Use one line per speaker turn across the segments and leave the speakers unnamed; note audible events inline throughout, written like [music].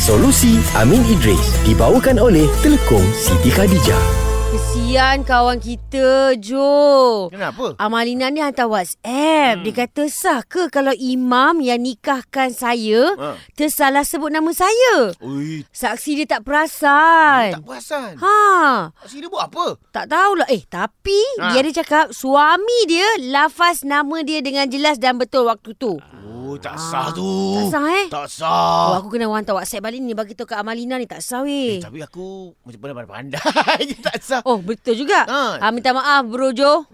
Solusi Amin Idris dibawakan oleh Telekom Siti Khadijah.
Kesian kawan kita, Jo.
Kenapa?
Amalina ni hantar WhatsApp. Hmm. Dia kata, sah ke kalau imam yang nikahkan saya
Ha.
tersalah sebut nama saya?
Ui,
Saksi dia tak
tak
perasan.
perasan. Ha?
Kan? Ha,
Sini buat apa?
tak tahulah. Eh, tapi ha.
Ha.
dia ada cakap suami dia lafaz nama dia dengan jelas dan betul waktu tu.
Oh, tak
Ah,
sah tu.
tak sah, eh? Oh,
Tak sah.
aku kena hantar WhatsApp balik ni bagi tahu kat Amalina ni tak sah weh.
Eh, tapi aku macam mana pandai-pandai je [laughs] tak sah.
Oh, betul juga.
Ha.
Ha. Ah, minta maaf Bro Jo.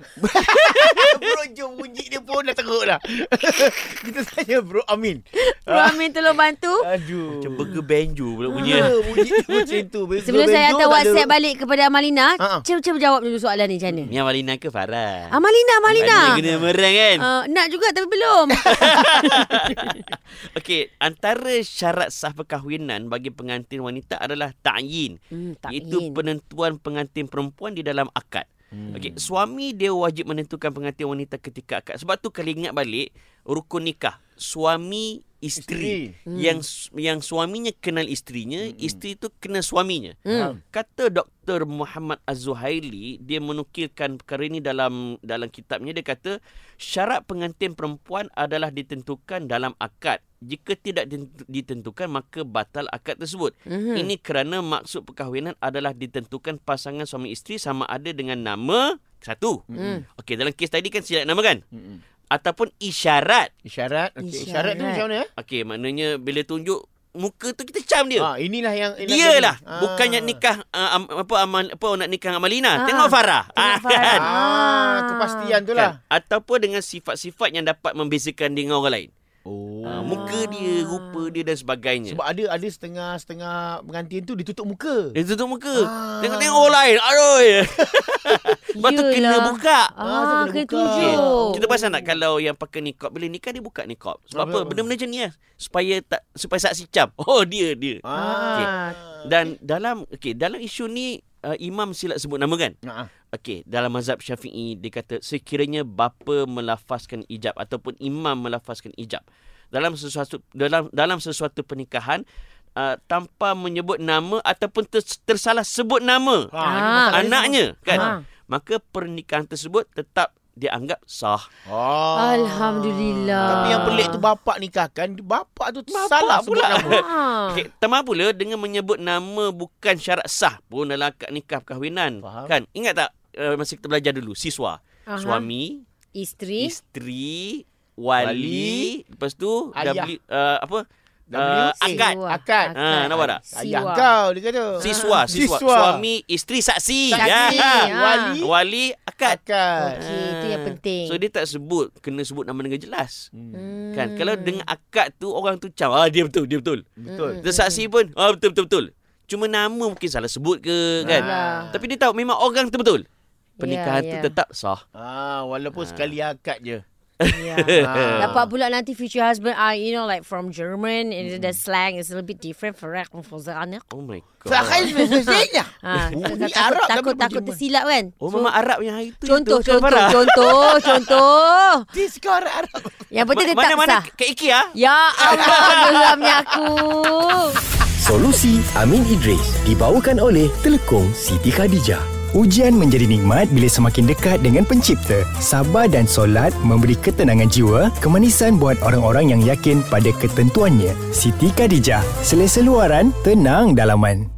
bro, jom bunyi dia pun dah teruk dah. [laughs] Kita tanya bro Amin.
Bro Amin tolong bantu.
Aduh.
Macam burger banjo pula bunyi
Ya,
kan.
bunyi dia macam
[laughs]
tu. Burger
Sebelum saya
Benjo
hantar
tak ada-
WhatsApp balik kepada Amalina,
Ha, ha.
cem-cem jawab dulu soalan ni macam mana?
Ni Amalina ke Farah?
Amalina, Amalina.
Amalina kena merang kan?
Uh, nak juga tapi
[laughs]
belum.
Okey, antara syarat sah perkahwinan bagi pengantin wanita adalah ta'yin.
hmm, tak
Iaitu
ingin.
penentuan pengantin perempuan di dalam akad.
Hmm.
Okey, suami dia wajib menentukan pengantin wanita ketika akad. Sebab tu kalau ingat balik rukun nikah, suami isteri,
Isteri.
Hmm.
yang su- yang suaminya kenal isterinya,
Hmm.
isteri tu kenal suaminya.
Hmm.
Kata Dr. Muhammad Az-Zuhaili, dia menukilkan perkara ini dalam dalam kitabnya. Dia kata, syarat pengantin perempuan adalah ditentukan dalam akad. Jika tidak ditentu- ditentukan, maka batal akad tersebut.
Mhm.
Hmm. Ini kerana maksud perkahwinan adalah ditentukan pasangan suami isteri sama ada dengan nama satu.
Hmm.
Okey, dalam kes tadi kan silap nama kan?
Mm-mm.
Ataupun isyarat.
Isyarat. Okay. Isyarat. tu
Isyarat.
macam mana? eh?
Okey, maknanya bila tunjuk muka tu kita cam dia.
Ha, inilah yang...
Dia lah
Ah.
Bukannya nikah uh, am, apa amal, apa orang nak nikah dengan Amalina.
Ah.
Tengok Farah.
Tengok
Ah,
Farah.
kan?
Ah, kepastian tu
Kan?
lah.
Ataupun dengan sifat-sifat yang dapat membezakan dia dengan orang lain.
Oh.
Ah, muka dia, rupa dia dan sebagainya.
Sebab ada ada setengah-setengah pengantin tu ditutup muka.
dia tutup muka.
Ah.
Tengok-tengok orang lain. Aduh. [laughs] Lepas tu kena
Yelah.
buka.
Ah,
Ah,
kena
kena buka.
tunjuk.
Okey,
Kita perasan tak kalau yang pakai nikab bila nikah dia buka nikab. Sebab
Ah,
apa?
betul.
Benda-benda macam ni lah. Supaya tak supaya saksi cam. [laughs] Oh dia dia. Okey.
Ah.
Dan dalam okey dalam isu ni uh, imam silap sebut nama kan?
Ah.
Okey, dalam mazhab Syafi'i dia kata sekiranya bapa melafazkan ijab ataupun imam melafazkan ijab dalam sesuatu dalam dalam sesuatu pernikahan uh, tanpa menyebut nama ataupun ter, tersalah sebut nama
Ha,
Ah,
ini masalah dia.
anaknya kan. [laughs]
Ha.
Maka pernikahan tersebut tetap dianggap sah.
Oh.
Alhamdulillah.
Tapi yang pelik tu bapak nikahkan, bapak tu
Bapak
salah sebut
pula.
nama.
Ah.
Okey, tambah pula dengan menyebut nama bukan syarat sah pun dalam akad nikah perkahwinan
Faham.
kan. Ingat tak uh, masa kita belajar dulu siswa,
Aha.
suami,
Isteri.
isteri wali, lepas tu
Ayah.
W uh, apa
W,
uh,
C.
akad
Siwa.
Akad.
Ah, nampak tak?
Siwa.
Ayah kau dia kata.
siswa,
Ah.
siswa
Siswa.
suami isteri saksi,
Saksi,
Ya.
ah.
Wali.
wali akad
Akad.
Okey, itu yang
Ah.
penting.
so dia tak sebut kena sebut nama dengan jelas
Hmm.
Hmm.
kan kalau dengan akad tu orang tu cam ah dia betul dia betul
Mm.
Betul.
Dia saksi pun ah betul betul betul cuma nama mungkin salah sebut ke kan
Alah.
tapi dia tahu memang orang tu betul pernikahan
Ya,
tu
ya.
tetap sah
Ah, walaupun
Ah.
sekali akad
[laughs]
je.
Yeah.
Ah.
[laughs] Dapat pula nanti future husband I you know like from German and
Hmm.
the slang is a little bit different for from for the anak.
oh my
Fahal
god
biasanya.
Ha,
Oh,
takut
ni Arab tapi
takut,
pun
takut
Jerman.
tersilap kan.
oh mama Arab yang hari tu
Contoh,
yang tu, kan,
contoh,
Farah?
contoh, contoh.
Diskor Arab.
Yang penting
Ma-
tetap
mana-mana
sah.
kat IKEA
Ya Allah,
[laughs]
geramnya aku.
Solusi Amin Idris dibawakan oleh Telekom Siti Khadijah.
Ujian menjadi nikmat bila semakin dekat dengan pencipta. Sabar dan solat memberi ketenangan jiwa, kemanisan buat orang-orang yang yakin pada ketentuannya. Siti Khadijah, selesa luaran, tenang dalaman.